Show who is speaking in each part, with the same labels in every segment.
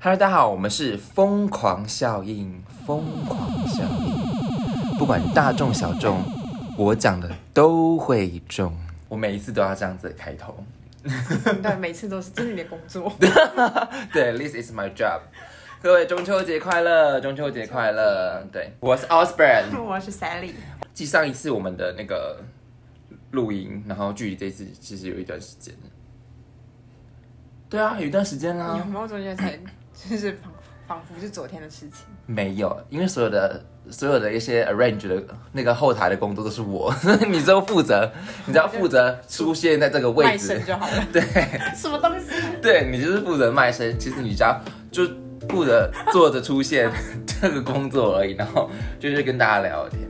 Speaker 1: Hello，大家好，我们是疯狂效应，疯狂效应，不管大众小众，我讲的都会中。我每一次都要这样子开 头。
Speaker 2: 但每次都是这是你的工 作。
Speaker 1: 对，This is my job。各位中秋节快乐，中秋节快乐。对，我是 Osborne。
Speaker 2: 我是 Sally，
Speaker 1: 继上一次我们的那个录音，然后距离这次其实有一段时间了。对啊，有一段时间啦。
Speaker 2: 有没有中间才就是仿仿佛是昨天的事情？
Speaker 1: 没有，因为所有的所有的一些 arrange 的那个后台的工作都是我， 你只有负责，你只要负责出现在这个位
Speaker 2: 卖
Speaker 1: 置
Speaker 2: 身，就好了。
Speaker 1: 对
Speaker 2: 什么东西？
Speaker 1: 对，你就是负责卖身。其实你只要就负责坐着出现 这个工作而已，然后就是跟大家聊聊天。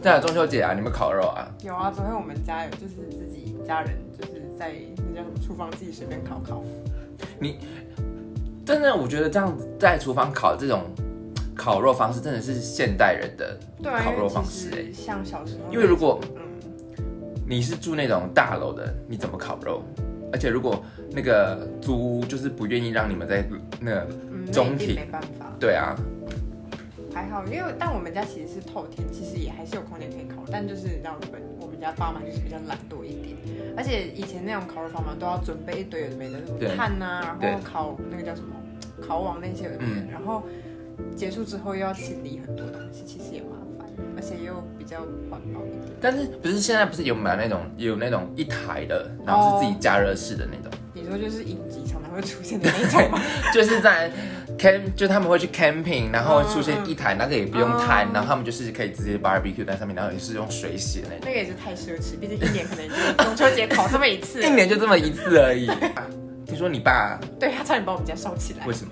Speaker 1: 对啊，中秋节啊，你们烤肉啊？
Speaker 2: 有啊，昨天我们家有就是自己家人就是在那叫什么厨房自己随便烤烤。
Speaker 1: 真的，我觉得这样子在厨房烤这种烤肉方式，真的是现代人的
Speaker 2: 对啊，
Speaker 1: 烤
Speaker 2: 因为
Speaker 1: 肉方
Speaker 2: 其
Speaker 1: 式、欸
Speaker 2: 实。像小时候，
Speaker 1: 因为如果
Speaker 2: 嗯，
Speaker 1: 你是住那种大楼的，你怎么烤肉？而且如果那个租屋就是不愿意让你们在那个，
Speaker 2: 嗯那
Speaker 1: 中
Speaker 2: 一定
Speaker 1: 庭
Speaker 2: 没办法，
Speaker 1: 对啊，
Speaker 2: 还好，因为但我们家其实是透天，其实也还是有空间可以烤，但就是你知道我们我们家爸妈就是比较懒惰一点，而且以前那种烤肉方嘛，都要准备一堆有的没的，什
Speaker 1: 对
Speaker 2: 么炭啊，
Speaker 1: 对嗯
Speaker 2: 然后烤那个叫什么烤网那些有的没的，然后结束之后又要清理很多东西，其实也麻烦，而且又比较环保一点。
Speaker 1: 但是不是现在不是有买那种有那种一台的，然后是自己加热式的那种
Speaker 2: 你说就是影集常常会出现的那种吗？
Speaker 1: 就是在 camp 就他们会去 camping，然后出现一台那个也不用炭
Speaker 2: 嗯
Speaker 1: 然后他们就是可以直接 barbecue 在上面，然后也是用水洗的那种。
Speaker 2: 那个也是太奢侈，毕竟一年可能就中秋节烤这么一次
Speaker 1: 一，年就这么一次而已。 啊听说你爸
Speaker 2: 对他差点把我们家烧起来
Speaker 1: 为。什么？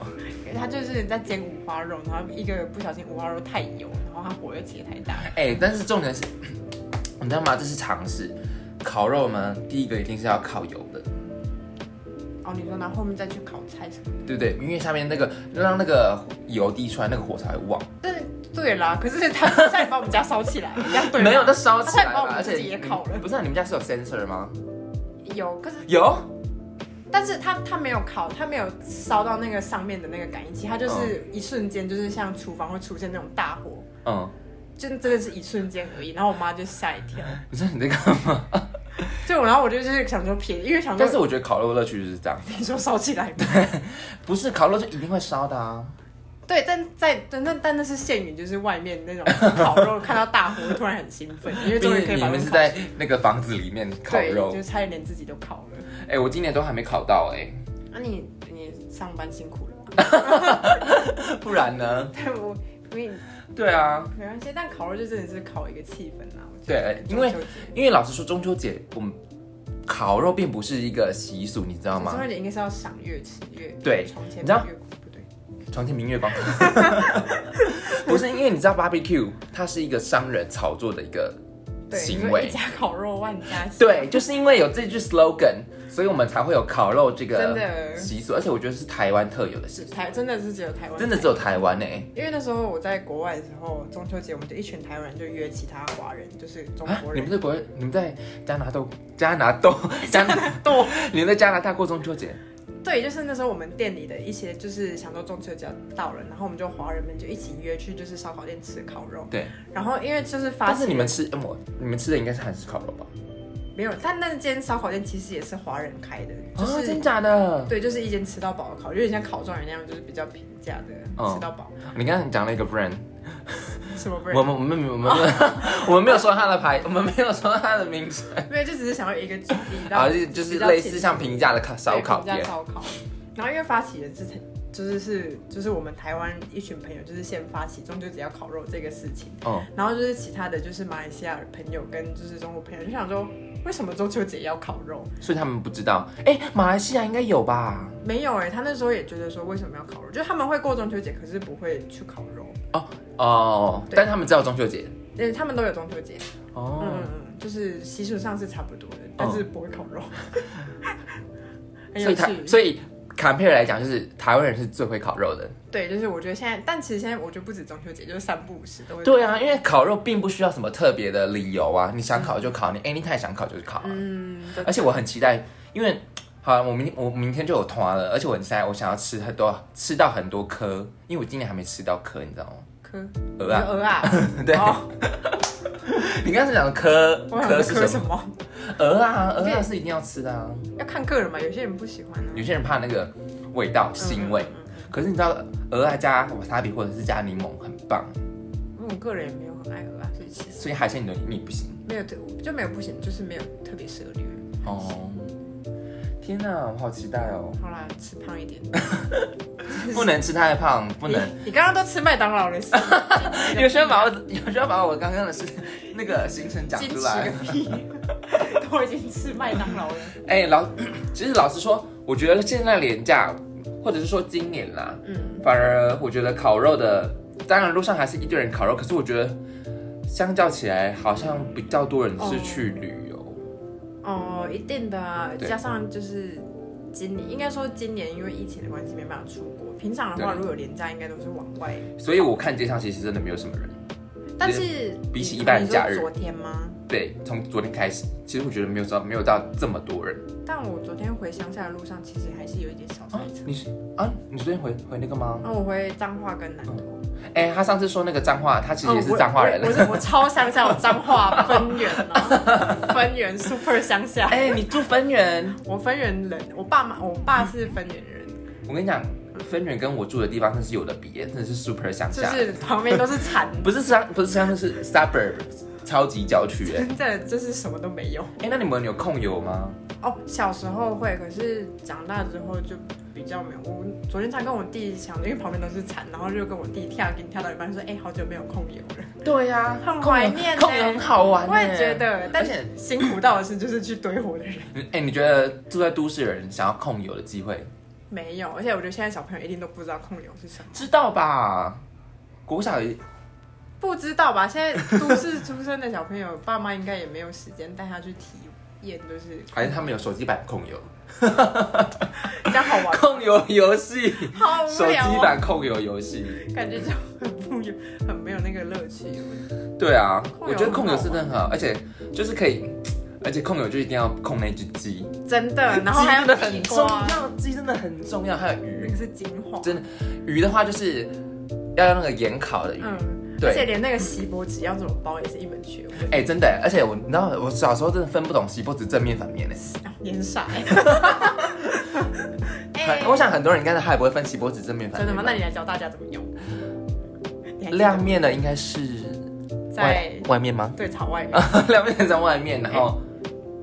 Speaker 2: 他就是在煎五花肉，然后一个不小心五花肉太油，然后他火又起得太大。
Speaker 1: 哎、但是重点是，你知道吗？这是常识。烤肉呢，第一个一定是要烤油的，
Speaker 2: 哦，你说拿后面再去烤菜什么的？
Speaker 1: 对不对？因为下面那个让那个油滴出来，那个火才会旺。
Speaker 2: 但是对啦，可是他差点把我们家烧起来，你这样对吗啊
Speaker 1: 没有，那烧起来
Speaker 2: 他差点把我
Speaker 1: 了，
Speaker 2: 们
Speaker 1: 而且
Speaker 2: 自己也烤了
Speaker 1: 你不是、啊、你们家是有 sensor 吗？
Speaker 2: 有，可是
Speaker 1: 有，
Speaker 2: 但是他他没有烤，他没有烧到那个上面的那个感应器，他就是一瞬间，就是像厨房会出现那种大火，
Speaker 1: 嗯，
Speaker 2: 就真的是一瞬间而已。然后我妈就吓一跳，
Speaker 1: 你说你在 干嘛？
Speaker 2: 就然后我就是想说撇，因为想
Speaker 1: 但是
Speaker 2: 说
Speaker 1: 我觉得烤肉乐趣就是这样，
Speaker 2: 你说烧起来吗
Speaker 1: 不是烤肉就一定会烧的啊。
Speaker 2: 对，但在但但但那是限于就是外面那种烤 肉，看到大火突然很兴奋，因为
Speaker 1: 毕
Speaker 2: 终于可
Speaker 1: 竟
Speaker 2: 以
Speaker 1: 你
Speaker 2: 把
Speaker 1: 们
Speaker 2: 肉
Speaker 1: 是
Speaker 2: 烤
Speaker 1: 在那个房子里面烤
Speaker 2: 对
Speaker 1: 肉
Speaker 2: 就，差一点连自己都烤了。
Speaker 1: 哎、我今年都还没烤到哎、
Speaker 2: 那、你你上班辛苦了 吧？
Speaker 1: 不然呢？
Speaker 2: 对我。因为
Speaker 1: 对啊，
Speaker 2: 没关系，但烤肉就真的是烤一个气氛啊。我觉
Speaker 1: 对，
Speaker 2: 得
Speaker 1: 哎
Speaker 2: 中
Speaker 1: 因为
Speaker 2: 秋节
Speaker 1: 因为老实说，中秋节我们烤肉并不是一个习俗，你知道
Speaker 2: 中
Speaker 1: 吗
Speaker 2: 秋？节应该是要赏月、吃月，
Speaker 1: 对
Speaker 2: 床前
Speaker 1: 你知道
Speaker 2: 明月光，不对，
Speaker 1: 床前明月光， 不是因为你知道 barbecue 它是一个商人炒作的一个
Speaker 2: 对，
Speaker 1: 行
Speaker 2: 你说
Speaker 1: 为
Speaker 2: 一，家烤肉万 家香，
Speaker 1: 对，就是因为有这句 slogan，所以我们才会有烤肉这
Speaker 2: 真
Speaker 1: 个
Speaker 2: 的
Speaker 1: 习俗，而且我觉得是台湾特有的事
Speaker 2: 是
Speaker 1: 情，
Speaker 2: 台真的是只有台湾
Speaker 1: 真的只有台湾呢、欸。
Speaker 2: 因为那时候我在国外的时候，中秋节我们就一群台湾人就约其他华人，就是中
Speaker 1: 啊，
Speaker 2: 国
Speaker 1: 你
Speaker 2: 人
Speaker 1: 们在国，你们在加拿大，加拿大，加拿大，你们在加拿大过中秋节？
Speaker 2: 对，就是那时候我们店里的一些，就是想说中秋节到了，然后我们就华人们就一起约去就是烧烤店吃烤肉。
Speaker 1: 对，
Speaker 2: 然后因为就是发
Speaker 1: 但
Speaker 2: 现
Speaker 1: 是你们吃，嗯我你们吃的应该是韩式烤肉吧？
Speaker 2: 没有，但那间烧烤店其实也是华人开的，就
Speaker 1: 啊，
Speaker 2: 是、
Speaker 1: 真假的？
Speaker 2: 对，就是一间吃到饱的烤，有点像烤状元那样，就是比较平价的、
Speaker 1: 嗯
Speaker 2: 吃到饱。
Speaker 1: 你刚刚讲了一个 brand，
Speaker 2: 什么不
Speaker 1: 我
Speaker 2: 然？
Speaker 1: 们我们我们我们我们没有说它的牌，我们没有说它的名字，
Speaker 2: 没有，就只是想要一个举例，然
Speaker 1: 啊，
Speaker 2: 后
Speaker 1: 就就是类似像平价的烤烧烤
Speaker 2: 加
Speaker 1: 店，
Speaker 2: 烧烤。然后因为发起人之前就是是就是我们台湾一群朋友，就是先发起中秋节要烤肉这个事情。
Speaker 1: 哦，
Speaker 2: 然后就是其他的就是马来西亚朋友跟就是中国朋友就想说，为什么中秋节要烤肉？
Speaker 1: 所以他们不知道，哎，马来西亚应该有吧？
Speaker 2: 没有哎、他那时候也觉得说为什么要烤肉？就是他们会过中秋节，可是不会去烤肉，
Speaker 1: 哦，
Speaker 2: 对
Speaker 1: 但他们知道中秋节，
Speaker 2: 呃，他们都有中秋节，嗯
Speaker 1: 哦
Speaker 2: 嗯，嗯，就是习俗上是差不多的，但是不会烤肉，很
Speaker 1: 所
Speaker 2: 有
Speaker 1: 以他
Speaker 2: 趣。
Speaker 1: 所以 compare 来讲，就是台湾人是最会烤肉的，
Speaker 2: 对，就是我觉得现在，但其实现在我觉得不止中秋节，就是三不五时都会。
Speaker 1: 对啊，因为烤肉并不需要什么特别
Speaker 2: 嗯
Speaker 1: 的理由啊，你想烤就烤，你 anytime 想烤就烤啊，
Speaker 2: 嗯，对
Speaker 1: 而且我很期待，因为好啊，我明我明天就有团了，而且我很现在我想要吃很多，吃到很多颗，因为我今年还没吃到颗，你知道吗？
Speaker 2: 科
Speaker 1: 鹅啊，
Speaker 2: 鹅啊，
Speaker 1: 对，
Speaker 2: 哦
Speaker 1: 你刚才讲的颗
Speaker 2: 我想
Speaker 1: 颗
Speaker 2: 说科
Speaker 1: 是什
Speaker 2: 什
Speaker 1: 么？
Speaker 2: 么？
Speaker 1: 鹅啊，鹅啊是一定要吃的啊。
Speaker 2: 要看个人嘛，有些人不喜欢呢
Speaker 1: 有。些人怕那个味道腥味，
Speaker 2: 嗯，嗯
Speaker 1: 可是你知道鹅啊加瓦萨比或者是加柠檬很棒，
Speaker 2: 嗯嗯我个人也没有很爱鹅啊，所以其实
Speaker 1: 所以海鲜你都你不行。
Speaker 2: 没有特就没有不行，就是没有特别涉猎。
Speaker 1: 哦，天哪、我好期待哦！
Speaker 2: 好啦，吃胖一点。
Speaker 1: 不 能吃太胖，不能。
Speaker 2: 你。你刚刚都吃麦当劳了，是
Speaker 1: 有需要 把我，有需要把我刚刚的事那个行程讲
Speaker 2: 矜
Speaker 1: 出
Speaker 2: 持
Speaker 1: 来。
Speaker 2: 个 屁！都已经吃麦当劳了。
Speaker 1: 哎、老， 其实老实说，我觉得现在廉价，或者是说今年啦，
Speaker 2: 嗯，
Speaker 1: 反而我觉得烤肉的，当然路上还是一堆人烤肉，可是我觉得相较起来，好像比较多人是去旅游。
Speaker 2: 哦，一定的啊，
Speaker 1: 对
Speaker 2: 加上就是今年，应该说今年因为疫情的关系没办法出国。平常的话，
Speaker 1: 对
Speaker 2: 如果有廉价，应该都是往外。
Speaker 1: 所以我看街上其实真的没有什么人。
Speaker 2: 但是
Speaker 1: 比起一般的假日
Speaker 2: 你说昨天吗？
Speaker 1: 对，从昨天开始，其实我觉得没有到没有到这么多人
Speaker 2: 但我昨天回乡下的路上，其实还是有一点小塞
Speaker 1: 啊
Speaker 2: 车。。
Speaker 1: 你是啊？你昨天回回那个吗？
Speaker 2: 那、我回彰化跟南投，
Speaker 1: 哎、他上次说那个彰化，他其实
Speaker 2: 哦
Speaker 1: 也是
Speaker 2: 我
Speaker 1: 彰化人。
Speaker 2: 我我是我超乡下，我彰化分园啊，分园 super 乡下。
Speaker 1: 哎、你住分园？
Speaker 2: 我分园人，我爸妈，我爸是分园人，
Speaker 1: 我跟你讲，分园跟我住的地方真是有的比，真的是 super 乡
Speaker 2: 就
Speaker 1: 下，
Speaker 2: 是旁边都是产，
Speaker 1: 不是乡不是乡，是 suburb 超级郊区哎、
Speaker 2: 真的就是什么都没有。
Speaker 1: 哎、那你们有空游吗？
Speaker 2: 哦，小时候会，可是长大之后就比较没有。我昨天才跟我弟讲，因为旁边都是蚕，然后就跟我弟跳跟跳到一半说：“哎、好久没有控油了。
Speaker 1: 对呀、
Speaker 2: 很
Speaker 1: 空游
Speaker 2: 怀念欸
Speaker 1: 空游很好”玩、
Speaker 2: 我也觉。得，但
Speaker 1: 而且
Speaker 2: 是辛苦到的是就是去堆火的人
Speaker 1: 哎、你觉得住在都市的人想要空游的机会，
Speaker 2: 没有，而且我觉得现在小朋友一定都不知道控油是什么，
Speaker 1: 知道吧？国小也
Speaker 2: 不知道吧？现在都市出生的小朋友，爸妈应该也没有时间带他去体验，就是
Speaker 1: 还是他们有手机版控游，
Speaker 2: 比较好玩，
Speaker 1: 控游游戏，
Speaker 2: 好 无
Speaker 1: 手
Speaker 2: 聊、
Speaker 1: 机
Speaker 2: 哦，
Speaker 1: 版控啊游游戏。
Speaker 2: 感觉就很不有很没有那个乐趣。
Speaker 1: 对啊，
Speaker 2: 控
Speaker 1: 我
Speaker 2: 油
Speaker 1: 觉得控游是真的很好，而且就是可以，而且控游就一定要控那只鸡，
Speaker 2: 真的，然后还
Speaker 1: 鸡真
Speaker 2: 有
Speaker 1: 的很
Speaker 2: 地
Speaker 1: 重
Speaker 2: 瓜，
Speaker 1: 要，鸡真的很重要，还有
Speaker 2: 那
Speaker 1: 鱼
Speaker 2: 个，是金黄。
Speaker 1: 真的鱼的话就是要用那个盐烤的鱼。
Speaker 2: 嗯，
Speaker 1: 对
Speaker 2: 而且连那个锡箔纸要怎么包也是一门学问，
Speaker 1: 哎、真的，而且我你知道，我小时候真的分不懂锡箔纸正面反面呢。
Speaker 2: 烟傻 欸。哎
Speaker 1: 很我想很多人应该是他也不会分锡箔纸正面反
Speaker 2: 真
Speaker 1: 面吧。
Speaker 2: 的吗？那你来教大家怎么用？你还记得
Speaker 1: 亮面的应该是外
Speaker 2: 在
Speaker 1: 外面吗？
Speaker 2: 对朝外面，
Speaker 1: 亮面在外面，然后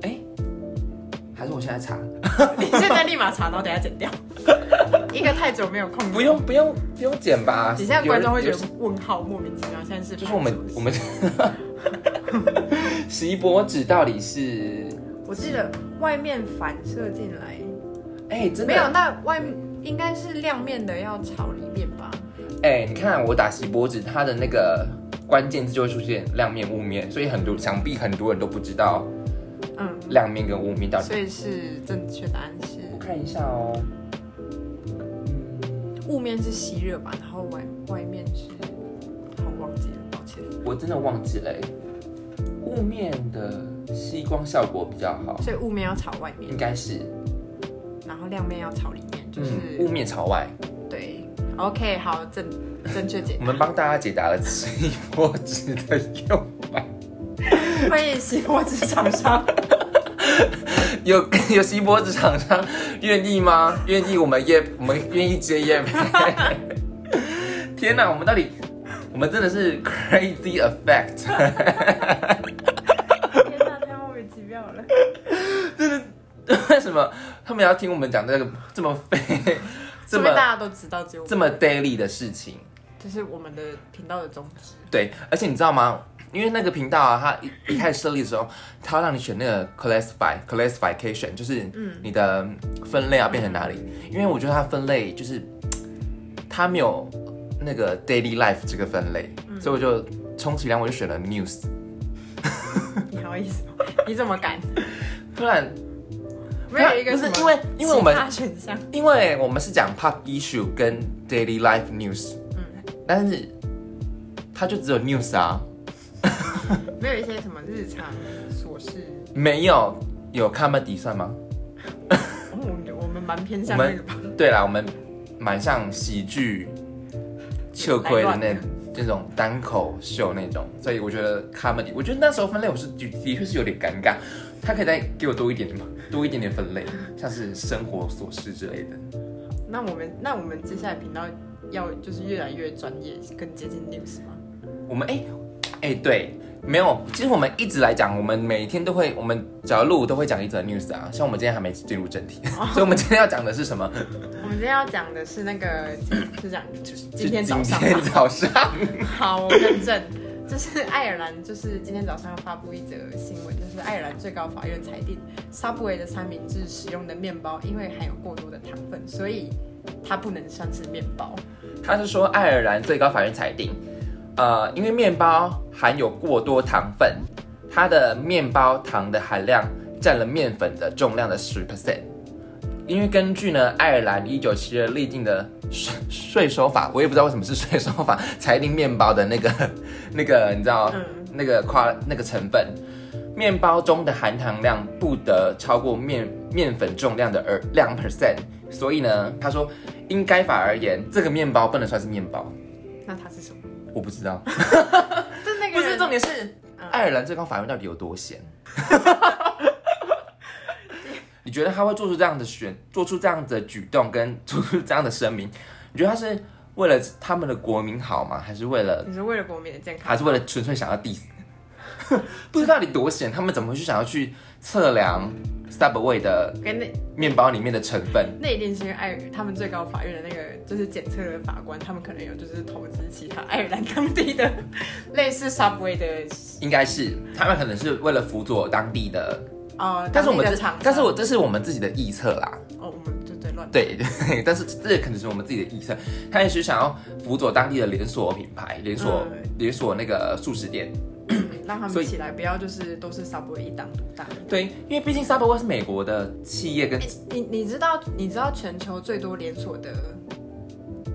Speaker 1: 哎、还是我现在查，
Speaker 2: 你 现在立马查，然后等一下 剪掉。一个太久没有空，
Speaker 1: 不。用不用不用剪吧。
Speaker 2: 底下观众会觉
Speaker 1: 有
Speaker 2: 得问号莫名其妙，现在是
Speaker 1: 就是我们我 们锡箔纸到底是
Speaker 2: 我记得外面反射进来
Speaker 1: 哎、真的
Speaker 2: 没有，那外应该是亮面的要朝里面吧？
Speaker 1: 哎、你看我打锡箔纸，它的那个关键字就会出现亮面雾面，所以很多想必很多人都不知道
Speaker 2: 嗯，
Speaker 1: 亮面跟雾面到底。
Speaker 2: 所以是正确答案是
Speaker 1: 我看一下哦，
Speaker 2: 雾面是吸热吧，然后外外面是，好忘记了，抱歉。
Speaker 1: 我真的忘记了、哎雾面的吸光效果比较好，
Speaker 2: 所以雾面要朝外面
Speaker 1: 应，该是
Speaker 2: 然后亮面要朝里面，就
Speaker 1: 嗯雾
Speaker 2: 是、
Speaker 1: 面朝外。
Speaker 2: 对。OK，好，正正确 解
Speaker 1: 我们帮大家解答了锡箔纸的用法。
Speaker 2: 答。欢迎喜货之厂商，
Speaker 1: 有有锡箔纸厂商愿意吗？愿意我们业，我们愿意接业配。 天哪，我们到底，我们真的是 crazy effect，
Speaker 2: 天啊哪，太莫名其妙了。
Speaker 1: 为什么他们要听我们讲这个这么 废、这
Speaker 2: 这边
Speaker 1: 么
Speaker 2: 大家都知道，只有
Speaker 1: 这么 daily 的事情？
Speaker 2: 这是我们的频道的宗旨。
Speaker 1: 对，而且你知道吗？因为那个频道啊，它一一开始设立的时候，它让你选那个 classify classification，就是
Speaker 2: 嗯
Speaker 1: 你的分类要变成哪里。因为我觉得它分类就是它没有那个 daily life 这个分类，
Speaker 2: 嗯
Speaker 1: 所以我就充其量我就选了 news，
Speaker 2: 你好意思吗？你怎么敢？
Speaker 1: 不然
Speaker 2: 没有一个
Speaker 1: 不
Speaker 2: 什
Speaker 1: 是
Speaker 2: 么
Speaker 1: 因为因为我们
Speaker 2: 其他选项，
Speaker 1: 因为我们是讲 pop issue 跟 daily life news，
Speaker 2: 嗯，
Speaker 1: 但是它就只有 news 啊，
Speaker 2: 没有一些什么日常琐事。
Speaker 1: 没有有 comedy 算吗？
Speaker 2: 哦我们我们蛮偏
Speaker 1: 我
Speaker 2: 向那
Speaker 1: 们
Speaker 2: 个吧，
Speaker 1: 对啦，我们蛮像喜剧、秋葵的
Speaker 2: 来
Speaker 1: 那那种单口秀那种，所以我觉得 comedy，我觉得那时候分类我是的的确是有点尴尬，他可以再给我多一点点嘛，多一点点分类，像是生活琐事之类的。
Speaker 2: 那我们那我们接下来频道要就是越来越专业，更接近 news 吗？
Speaker 1: 我们哎哎、对，没有，其实我们一直来讲，我们每天都会，我们只要录都会讲一则 news 啊，像我们今天还没进入正题，所以我们今天要讲的是什么？
Speaker 2: 我们今天要讲的是那个是讲今天早上
Speaker 1: 今天
Speaker 2: 吧。
Speaker 1: 早上，
Speaker 2: 好，我更正，就是爱尔兰，就是今天早上发布一则新闻，就是爱尔兰最高法院裁定 Subway 的三明治使用的面包因为含有过多的糖分，所以它不能算是面包。
Speaker 1: 他是说爱尔兰最高法院裁定，呃，因为面包含有过多糖分，它的面包糖的含量占了面粉的重量的十 percent。因为根据呢爱尔兰一九七二立定的税税收法，我也不知道为什么是税收法裁定面包的那个 那个，你知道、
Speaker 2: 嗯
Speaker 1: 那个夸那个成分，面包中的含糖量不得超过面面粉重量的二两 percent。所以呢，他说应该法而言，这个面包不能算是面包。
Speaker 2: 那它是什么？
Speaker 1: 我不知道，
Speaker 2: 是那 个
Speaker 1: 不是
Speaker 2: 人
Speaker 1: 重点是
Speaker 2: 嗯
Speaker 1: 爱尔兰最高法院到底有多闲？ 你觉得他会做出这样的选，做出这样的举动，跟做出这样的声明？你觉得他是为了他们的国民好吗？还是为了，
Speaker 2: 你是为了国民的健康，
Speaker 1: 还是为了纯粹想要 diss？不知道你多闲，他们怎么会去想要去测量 Subway 的
Speaker 2: 跟那
Speaker 1: 面包里面的成分？
Speaker 2: 那一定是因为爱尔他们最高法院的那个就是检测的法官，他们可能有就是投资其他爱尔兰当地的类似 Subway 的
Speaker 1: 应该是他们可能是为了辅佐当地的，
Speaker 2: 呃，
Speaker 1: 但是我们
Speaker 2: 当
Speaker 1: 这
Speaker 2: 地的厂，
Speaker 1: 但是我这是我们自己的臆测啦，
Speaker 2: 哦，我们就对乱
Speaker 1: 对 对，但是这可能是我们自己的臆测，他也许想要辅佐当地的连锁品牌、连锁、
Speaker 2: 嗯
Speaker 1: 连锁那个素食店，
Speaker 2: 让他
Speaker 1: 所
Speaker 2: 们
Speaker 1: 以
Speaker 2: 起来，不要就是都是 Subway 一党独大。
Speaker 1: 对，因为毕竟 Subway 是美国的企业跟
Speaker 2: 诶哎你你知道你知道全球最多连锁的，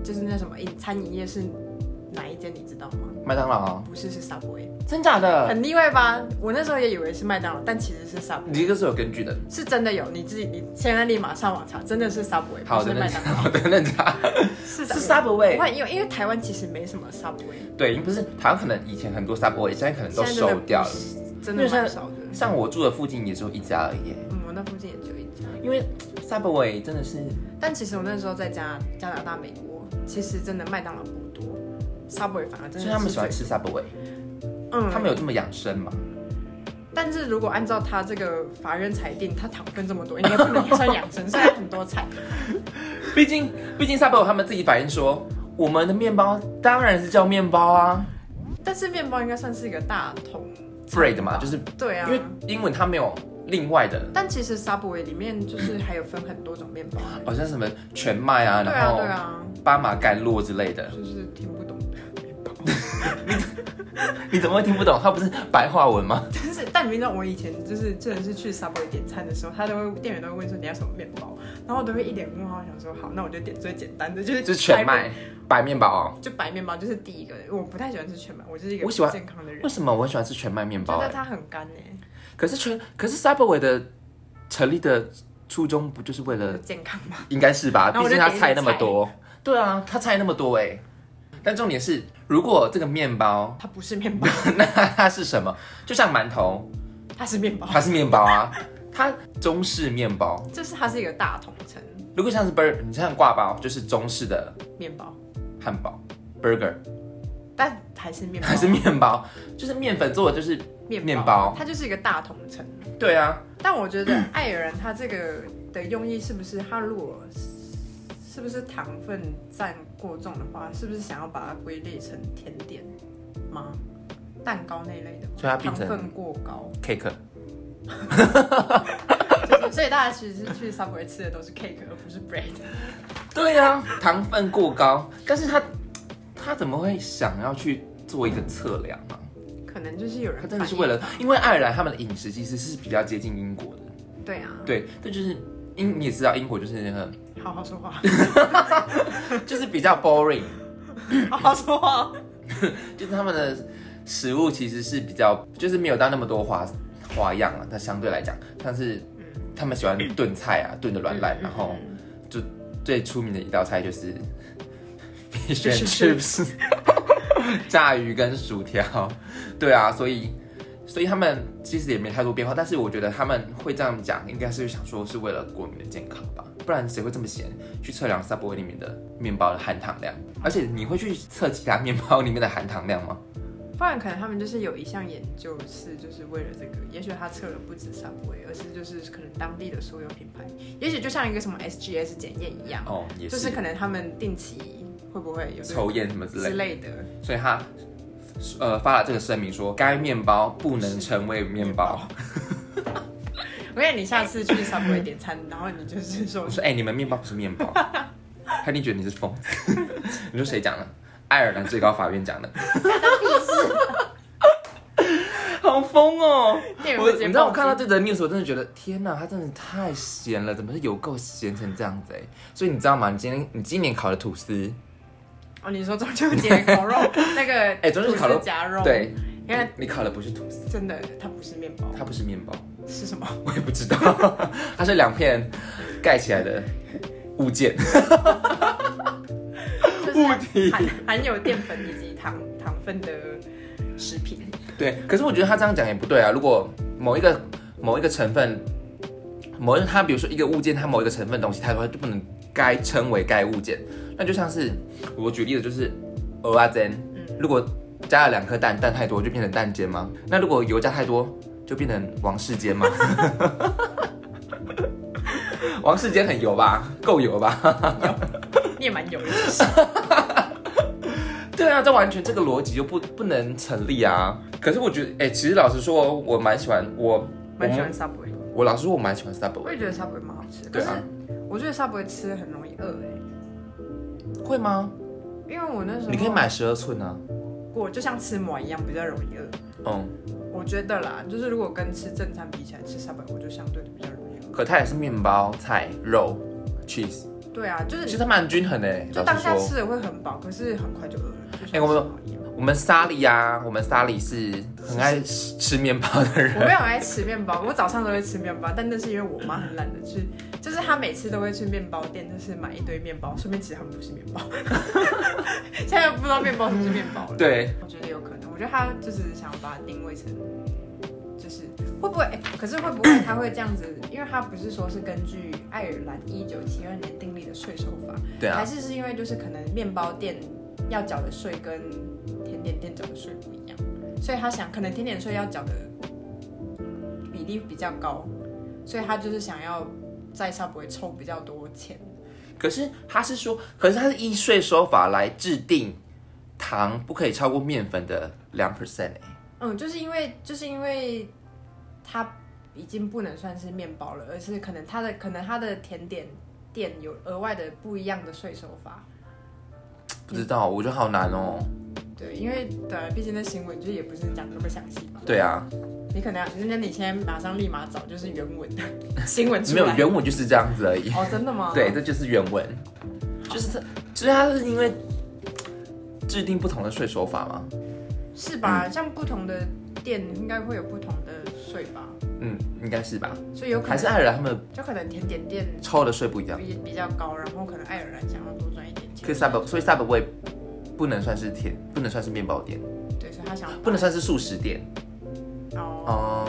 Speaker 2: 就是那什么饮餐饮业是哪一间？你知道吗？
Speaker 1: 麦当劳、啊，
Speaker 2: 不是，是 Subway，
Speaker 1: 真假的？
Speaker 2: 很意外吧？我那时候也以为是麦当劳，但其实是 Subway，
Speaker 1: 你这个是有根据的，
Speaker 2: 是真的有。你自己你现在立马上网查，真的是 Subway，
Speaker 1: 好
Speaker 2: 不
Speaker 1: 的认
Speaker 2: 是麦
Speaker 1: 真
Speaker 2: 当 劳，
Speaker 1: 好的认查
Speaker 2: 是
Speaker 1: 是
Speaker 2: Subway。
Speaker 1: Subway，
Speaker 2: 我很因为因为台湾其实没什么 Subway，
Speaker 1: 对，不是，好像可能以前很多 Subway，现在可能都
Speaker 2: 现在真的
Speaker 1: 收掉了，
Speaker 2: 真
Speaker 1: 因
Speaker 2: 的
Speaker 1: 为现
Speaker 2: 蛮
Speaker 1: 在
Speaker 2: 少的。
Speaker 1: 像我住的附近也只有一家而已，
Speaker 2: 嗯，我那附近也只有一家。
Speaker 1: 因为 Subway 真的是。
Speaker 2: 但其实我那时候在加加拿大、美国，其实真的麦当劳不多，Subway 反而真
Speaker 1: 所
Speaker 2: 的是
Speaker 1: 以他们喜欢
Speaker 2: 最，
Speaker 1: 吃 Subway，
Speaker 2: 嗯，
Speaker 1: 他们有这么养生吗？
Speaker 2: 但是如果按照他这个法院裁定，他糖分这么多，应该不能算养生，虽 然很多菜。
Speaker 1: 毕竟，毕竟 Subway 他们自己反映说，我们的面包当然是叫面包啊
Speaker 2: 但是面包应该算是一个大桶，
Speaker 1: ，bread 嘛，就是
Speaker 2: 对
Speaker 1: 因
Speaker 2: 啊。
Speaker 1: 为英文它没有另外的，
Speaker 2: 但其实 Subway 里面就是还有分很多种面包，啊
Speaker 1: 好像什么全麦啊，
Speaker 2: 对
Speaker 1: 然
Speaker 2: 啊
Speaker 1: 后
Speaker 2: 对啊，
Speaker 1: 巴马甘露之类的，
Speaker 2: 就是听不懂 的面包。
Speaker 1: 你怎么会听不懂？它不是白话文 吗？
Speaker 2: 但是但你知道我以前就是真的是去 Subway 点餐的时候，他都会店员都会问说你要什么面包，然后我都会一脸问号，想说好，那我就点最简单的，就是
Speaker 1: 就是全麦白面包哦。
Speaker 2: 就白面包就是第一个，我不太喜欢吃全麦，我就是一个
Speaker 1: 我喜欢
Speaker 2: 不健康的人
Speaker 1: 为，什么我很喜欢吃全麦面包、
Speaker 2: 觉得
Speaker 1: 欸？
Speaker 2: 它很干呢、
Speaker 1: 可是全可是 Subway 的成立的初衷不就是为 了
Speaker 2: 不健康嘛。
Speaker 1: 应该是吧，
Speaker 2: 然后
Speaker 1: 毕
Speaker 2: 我就
Speaker 1: 竟他
Speaker 2: 点一
Speaker 1: 菜
Speaker 2: 个
Speaker 1: 那么
Speaker 2: 菜
Speaker 1: 多。对啊，他菜那么多哎、但重点是，如果这个面包，
Speaker 2: 它不是面包，
Speaker 1: 那 它是什么？就像馒头，
Speaker 2: 它是面包，
Speaker 1: 它是面包啊，它中式面包。
Speaker 2: 就是它是一个大统称
Speaker 1: 如果像是 burger，你像挂包，就是中式的
Speaker 2: 面包，
Speaker 1: 汉堡 burger，
Speaker 2: 但还是面包，
Speaker 1: 还是面包，就是面粉做的，就是
Speaker 2: 面
Speaker 1: 面包
Speaker 2: 它就是一个大统称。
Speaker 1: 对啊，
Speaker 2: 但我觉得爱尔兰它这个的用意是不是它如果是不是糖分占过重的话，是不是想要把它归类成甜点吗？蛋糕那类的吗，
Speaker 1: 所以它变
Speaker 2: 糖
Speaker 1: 成
Speaker 2: 分过高，
Speaker 1: cake，
Speaker 2: 就是所以大家其实去 Subway 吃的都是 cake 而不是 bread。
Speaker 1: 对啊，糖分过高，但是他他怎么会想要去做一个测量啊？
Speaker 2: 可能就是有人
Speaker 1: 他真的是
Speaker 2: 反映
Speaker 1: 为了，因为爱尔兰他们的饮食其实是比较接近英国的。
Speaker 2: 对啊，
Speaker 1: 对，这就是英，你也知道英国就是那个，
Speaker 2: 好好说话，
Speaker 1: 就是比较 boring，
Speaker 2: 好好说话。
Speaker 1: 就是他们的食物其实是比较，就是没有到那么多花花样啊。它相对来讲，像是他们喜欢炖菜啊，炖的软烂，然后
Speaker 2: 嗯
Speaker 1: 最出名的一道菜就是 fish and chips，炸鱼跟薯条。对啊，所以所以他们其实也没太多变化，但是我觉得他们会这样讲，应该是想说是为了国民的健康吧，不然谁会这么闲去测量 Subway 里面的面包的含糖量？而且你会去测其他面包里面的含糖量吗？
Speaker 2: 不然可能他们就是有一项研究是就是为了这个，也许他测了不止 Subway，而是就是可能当地的所有品牌，也许就像一个什么 SGS 检验一样，
Speaker 1: 哦，也
Speaker 2: 就是可能他们定期会不会有这个
Speaker 1: 抽烟什么之类
Speaker 2: 之
Speaker 1: 的，
Speaker 2: 类的，
Speaker 1: 所以他呃发了这个声明说，该面包不能成为面包。
Speaker 2: 我跟你下次去 Subway 点餐，然后你 就是说
Speaker 1: 我说：“哎、你们面包不是面 包。”他一定觉得你是疯 子。你说谁讲的？爱尔兰最高法院讲的。 好疯哦！
Speaker 2: 店员
Speaker 1: 我
Speaker 2: 会直
Speaker 1: 你
Speaker 2: 接
Speaker 1: 知道
Speaker 2: 报
Speaker 1: 我
Speaker 2: 警
Speaker 1: 看到这则 news，我真的觉得天哪，他真的太闲了，怎么是有够闲成这样子哎、所以你知道吗？你今天你今年烤的吐司，
Speaker 2: 哦，你说中秋节烤肉那个
Speaker 1: 哎中秋烤肉
Speaker 2: 吐司夹肉，，
Speaker 1: 对，
Speaker 2: 因为
Speaker 1: 你烤的不是吐司，
Speaker 2: 真的它不是面包，
Speaker 1: 它不是面包，
Speaker 2: 是什么？
Speaker 1: 我也不知道， 它是两片盖起来的物件。物
Speaker 2: 就是
Speaker 1: 体
Speaker 2: 含含有淀粉以及糖糖分的食品。
Speaker 1: 对， 可是我觉得他这样讲也不对啊。如果某一个某一个成分，某一个它比如说一个物件，它某一个成分东西，它的话就不能该称为该物件。那就像是我举例的，就是蚵仔煎，如果加了两颗蛋，蛋太多就变成蛋煎吗？那如果油加太多，就变成王世煎吗？ 王世坚很油吧，够油吧？
Speaker 2: 你也蛮有意思。
Speaker 1: 对啊，这完全这个逻辑就不不能成立啊。可是我觉得，哎、其实老实说，我蛮喜欢我我
Speaker 2: 蛮喜
Speaker 1: 们
Speaker 2: 欢 Subway，
Speaker 1: 我老实说，我蛮喜欢
Speaker 2: 我
Speaker 1: Subway。
Speaker 2: 也觉得 Subway 蛮好吃的。
Speaker 1: 对啊
Speaker 2: 可是我觉得 Subway 吃很容易饿哎、
Speaker 1: 会吗？
Speaker 2: 因为我那时候
Speaker 1: 你可以买十二寸啊。
Speaker 2: 过，就像吃馍一样比较容易饿。
Speaker 1: 嗯，
Speaker 2: 我觉得啦，就是如果跟吃正餐比起来，吃 Subway 我就相对的比较容易饿。
Speaker 1: 可它也是面包、菜、肉、cheese，
Speaker 2: 对啊，就
Speaker 1: 其
Speaker 2: 是
Speaker 1: 实它蛮均衡的欸。
Speaker 2: 就
Speaker 1: 老
Speaker 2: 当
Speaker 1: 实
Speaker 2: 下
Speaker 1: 说，
Speaker 2: 吃的会很饱，可是很快就饿了。就像
Speaker 1: 哎我们
Speaker 2: 吃馍一样
Speaker 1: 我们莎莉呀，我们莎莉是很爱吃吃面包的
Speaker 2: 我
Speaker 1: 人。
Speaker 2: 没有很爱吃面包， 我早上都会吃面包，但那是因为我妈很懒得去，就是她每次都会去面包店，就是买一堆面包，顺便其实他们不是面包， 现在不知道面包是不是面包了。
Speaker 1: 对，
Speaker 2: 我觉得有可能，我觉得他就是想要把它定位成，就是会不会、哎可是会不会他会这样子？因为他不是说是根据爱尔兰一九七二年订立的税收法，
Speaker 1: 对啊
Speaker 2: 还，是是因为就是可能面包店要缴的税跟甜点店缴的税不一样，所以他想可能甜点税要缴的比例比较高，所以他就是想要在 Subway 抽比较多钱。
Speaker 1: 可是他是说，可是他是依税收法来制定糖不可以超过面粉的两 percent 哎
Speaker 2: 嗯，就是因为就是因为它已经不能算是面包了，而是可能它的可能它的甜点店有额外的不一样的税收法。
Speaker 1: 不知道，我觉得好难哦。
Speaker 2: 对，因为对啊，毕竟那新闻就也不是讲那么详细嘛。
Speaker 1: 对啊，
Speaker 2: 你可能要，那你现在马上立马找就是原文的 新闻出
Speaker 1: 没有
Speaker 2: 来。
Speaker 1: 原文就是这样子而已。
Speaker 2: 哦，真的吗？
Speaker 1: 对，，这就是原文，就是它，就是它是因为制定不同的税收法嘛。
Speaker 2: 是吧？
Speaker 1: 嗯
Speaker 2: 像不同的店应该会有不同的税吧，
Speaker 1: 嗯，应该是吧？
Speaker 2: 所以有可
Speaker 1: 还是啊
Speaker 2: 能
Speaker 1: 爱尔兰他们
Speaker 2: 就可能甜点店
Speaker 1: 抽的税不一样，
Speaker 2: 比比较高，然后可能爱尔兰想要多赚一点
Speaker 1: 可
Speaker 2: 钱
Speaker 1: 是，Subway 所以 Subway 不能算是甜，不能算是面包店，
Speaker 2: 对，所以他想要
Speaker 1: 不能算是素食店。
Speaker 2: 哦。
Speaker 1: 哦、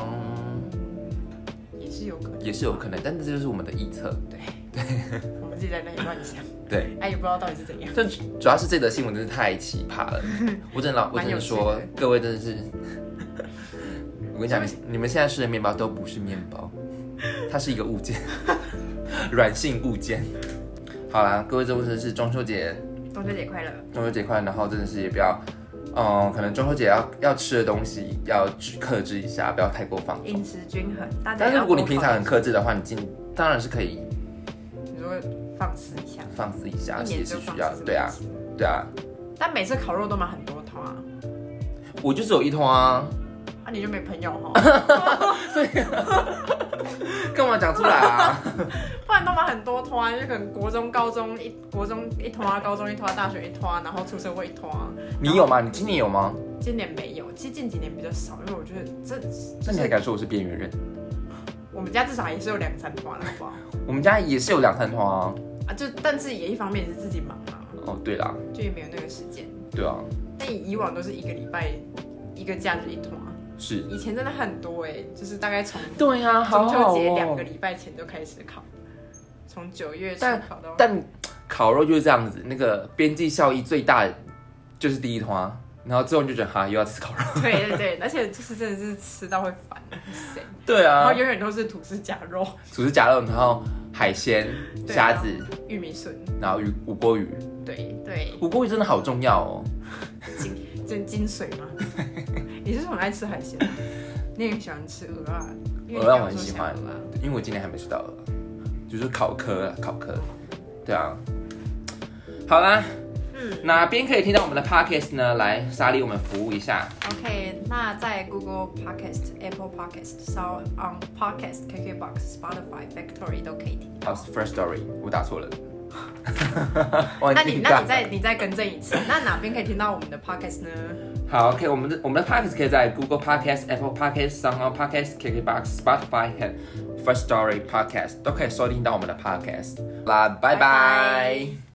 Speaker 2: 也是有可能，
Speaker 1: 也是有可能，但这就是我们的臆测。
Speaker 2: 我们自己在那里乱 想，
Speaker 1: 对，
Speaker 2: 哎，也不知道到底是怎样。
Speaker 1: 但主要是这则新闻真是太奇葩 了，我真的老，我
Speaker 2: 蛮
Speaker 1: 真
Speaker 2: 有
Speaker 1: 的
Speaker 2: 趣的
Speaker 1: 说，各位真的是，我跟你讲，
Speaker 2: 是
Speaker 1: 你你们现在吃的面包都不是面包，它是一个物 件，软性物件。好啦，各位，这真的是中秋节，
Speaker 2: 中秋节快乐！
Speaker 1: 中秋节快乐，然后真的是也不要，嗯，可能中秋节要要吃的东西要去克制一下，不要太过放纵。
Speaker 2: 饮食均衡，大家
Speaker 1: 但是
Speaker 2: 要
Speaker 1: 如果你
Speaker 2: 多
Speaker 1: 平常
Speaker 2: 放
Speaker 1: 很克制的话，你尽当然是可以
Speaker 2: 你说放肆一下，
Speaker 1: 放肆一下，
Speaker 2: 一
Speaker 1: 也
Speaker 2: 年
Speaker 1: 是
Speaker 2: 就
Speaker 1: 需
Speaker 2: 放
Speaker 1: 要
Speaker 2: 肆
Speaker 1: 的，
Speaker 2: 这
Speaker 1: 对啊
Speaker 2: 么一，次
Speaker 1: 对啊。
Speaker 2: 但每次烤肉都买很多套啊，
Speaker 1: 我就只有一通啊，
Speaker 2: 啊你就没朋友哈，
Speaker 1: 干嘛讲出来啊？
Speaker 2: 不然都买很多套啊，就可能国中、高中一国中一套啊，高中一套啊，大学一套啊，然后出社会一套啊。
Speaker 1: 你有吗？你今年有吗？
Speaker 2: 今年没有，其实近几年比较少，因为我觉得这
Speaker 1: 那你还敢说我是边缘人？
Speaker 2: 我们家至少也是有两三团了，好不好？
Speaker 1: 我们家也是有两三团啊。
Speaker 2: 啊，就但是也一方面也是自己忙嘛，
Speaker 1: 哦，对啦，
Speaker 2: 啊就也没有那个时间。
Speaker 1: 对啊，
Speaker 2: 但以往都是一个礼拜一个假日一团，
Speaker 1: 是。
Speaker 2: 以前真的很多哎、就是大概从
Speaker 1: 对呀、啊，好
Speaker 2: 中
Speaker 1: 好
Speaker 2: 秋节两个
Speaker 1: 哦。
Speaker 2: 礼拜前就开始考，从九月初
Speaker 1: 但
Speaker 2: 考到
Speaker 1: 但烤肉就是这样子，那个边际效益最大就是第一团啊，然后之后你就觉得哈又要吃 烤肉。
Speaker 2: 对对对，而且就是真的是吃到会烦，谁？
Speaker 1: 对
Speaker 2: 然
Speaker 1: 啊
Speaker 2: 后，永远都是吐司夹 肉、
Speaker 1: 主食夹肉，然后海鲜、
Speaker 2: 对啊
Speaker 1: 虾子，
Speaker 2: 玉米笋，
Speaker 1: 然后鱼五锅鱼，
Speaker 2: 对对，
Speaker 1: 五锅鱼真的好重要哦。
Speaker 2: 金真金水 嘛。你是很爱吃海鲜，你也很喜欢吃鹅啊？因为你
Speaker 1: 鹅啊
Speaker 2: 刚刚
Speaker 1: 我很喜欢
Speaker 2: 说想鹅啊。
Speaker 1: 因为我今年还没吃到鹅，就是烤科啊，烤科。对啊，好啦，
Speaker 2: 嗯
Speaker 1: 哪边可以听到我们的 podcast 呢？来，莎莉，我们服务一下。
Speaker 2: ，OK，那在 Google Podcast、Apple Podcast、Sound on Podcast、KKBox、Spotify、Factory 都可以听
Speaker 1: 好
Speaker 2: 到。
Speaker 1: 是，First Story，我打错了。 忘
Speaker 2: 那
Speaker 1: 记
Speaker 2: 你
Speaker 1: 打
Speaker 2: 那你再你再更正一次，那哪边可以听到我们的 Podcast 呢？
Speaker 1: 好，OK，我们的我们的 podcast 可以在 Google Podcast、Apple Podcast、Sound Podcast、KKBox、Spotify 和 First Story Podcast 都可以收听到我们的 podcast。啦，拜
Speaker 2: 拜
Speaker 1: 拜
Speaker 2: 拜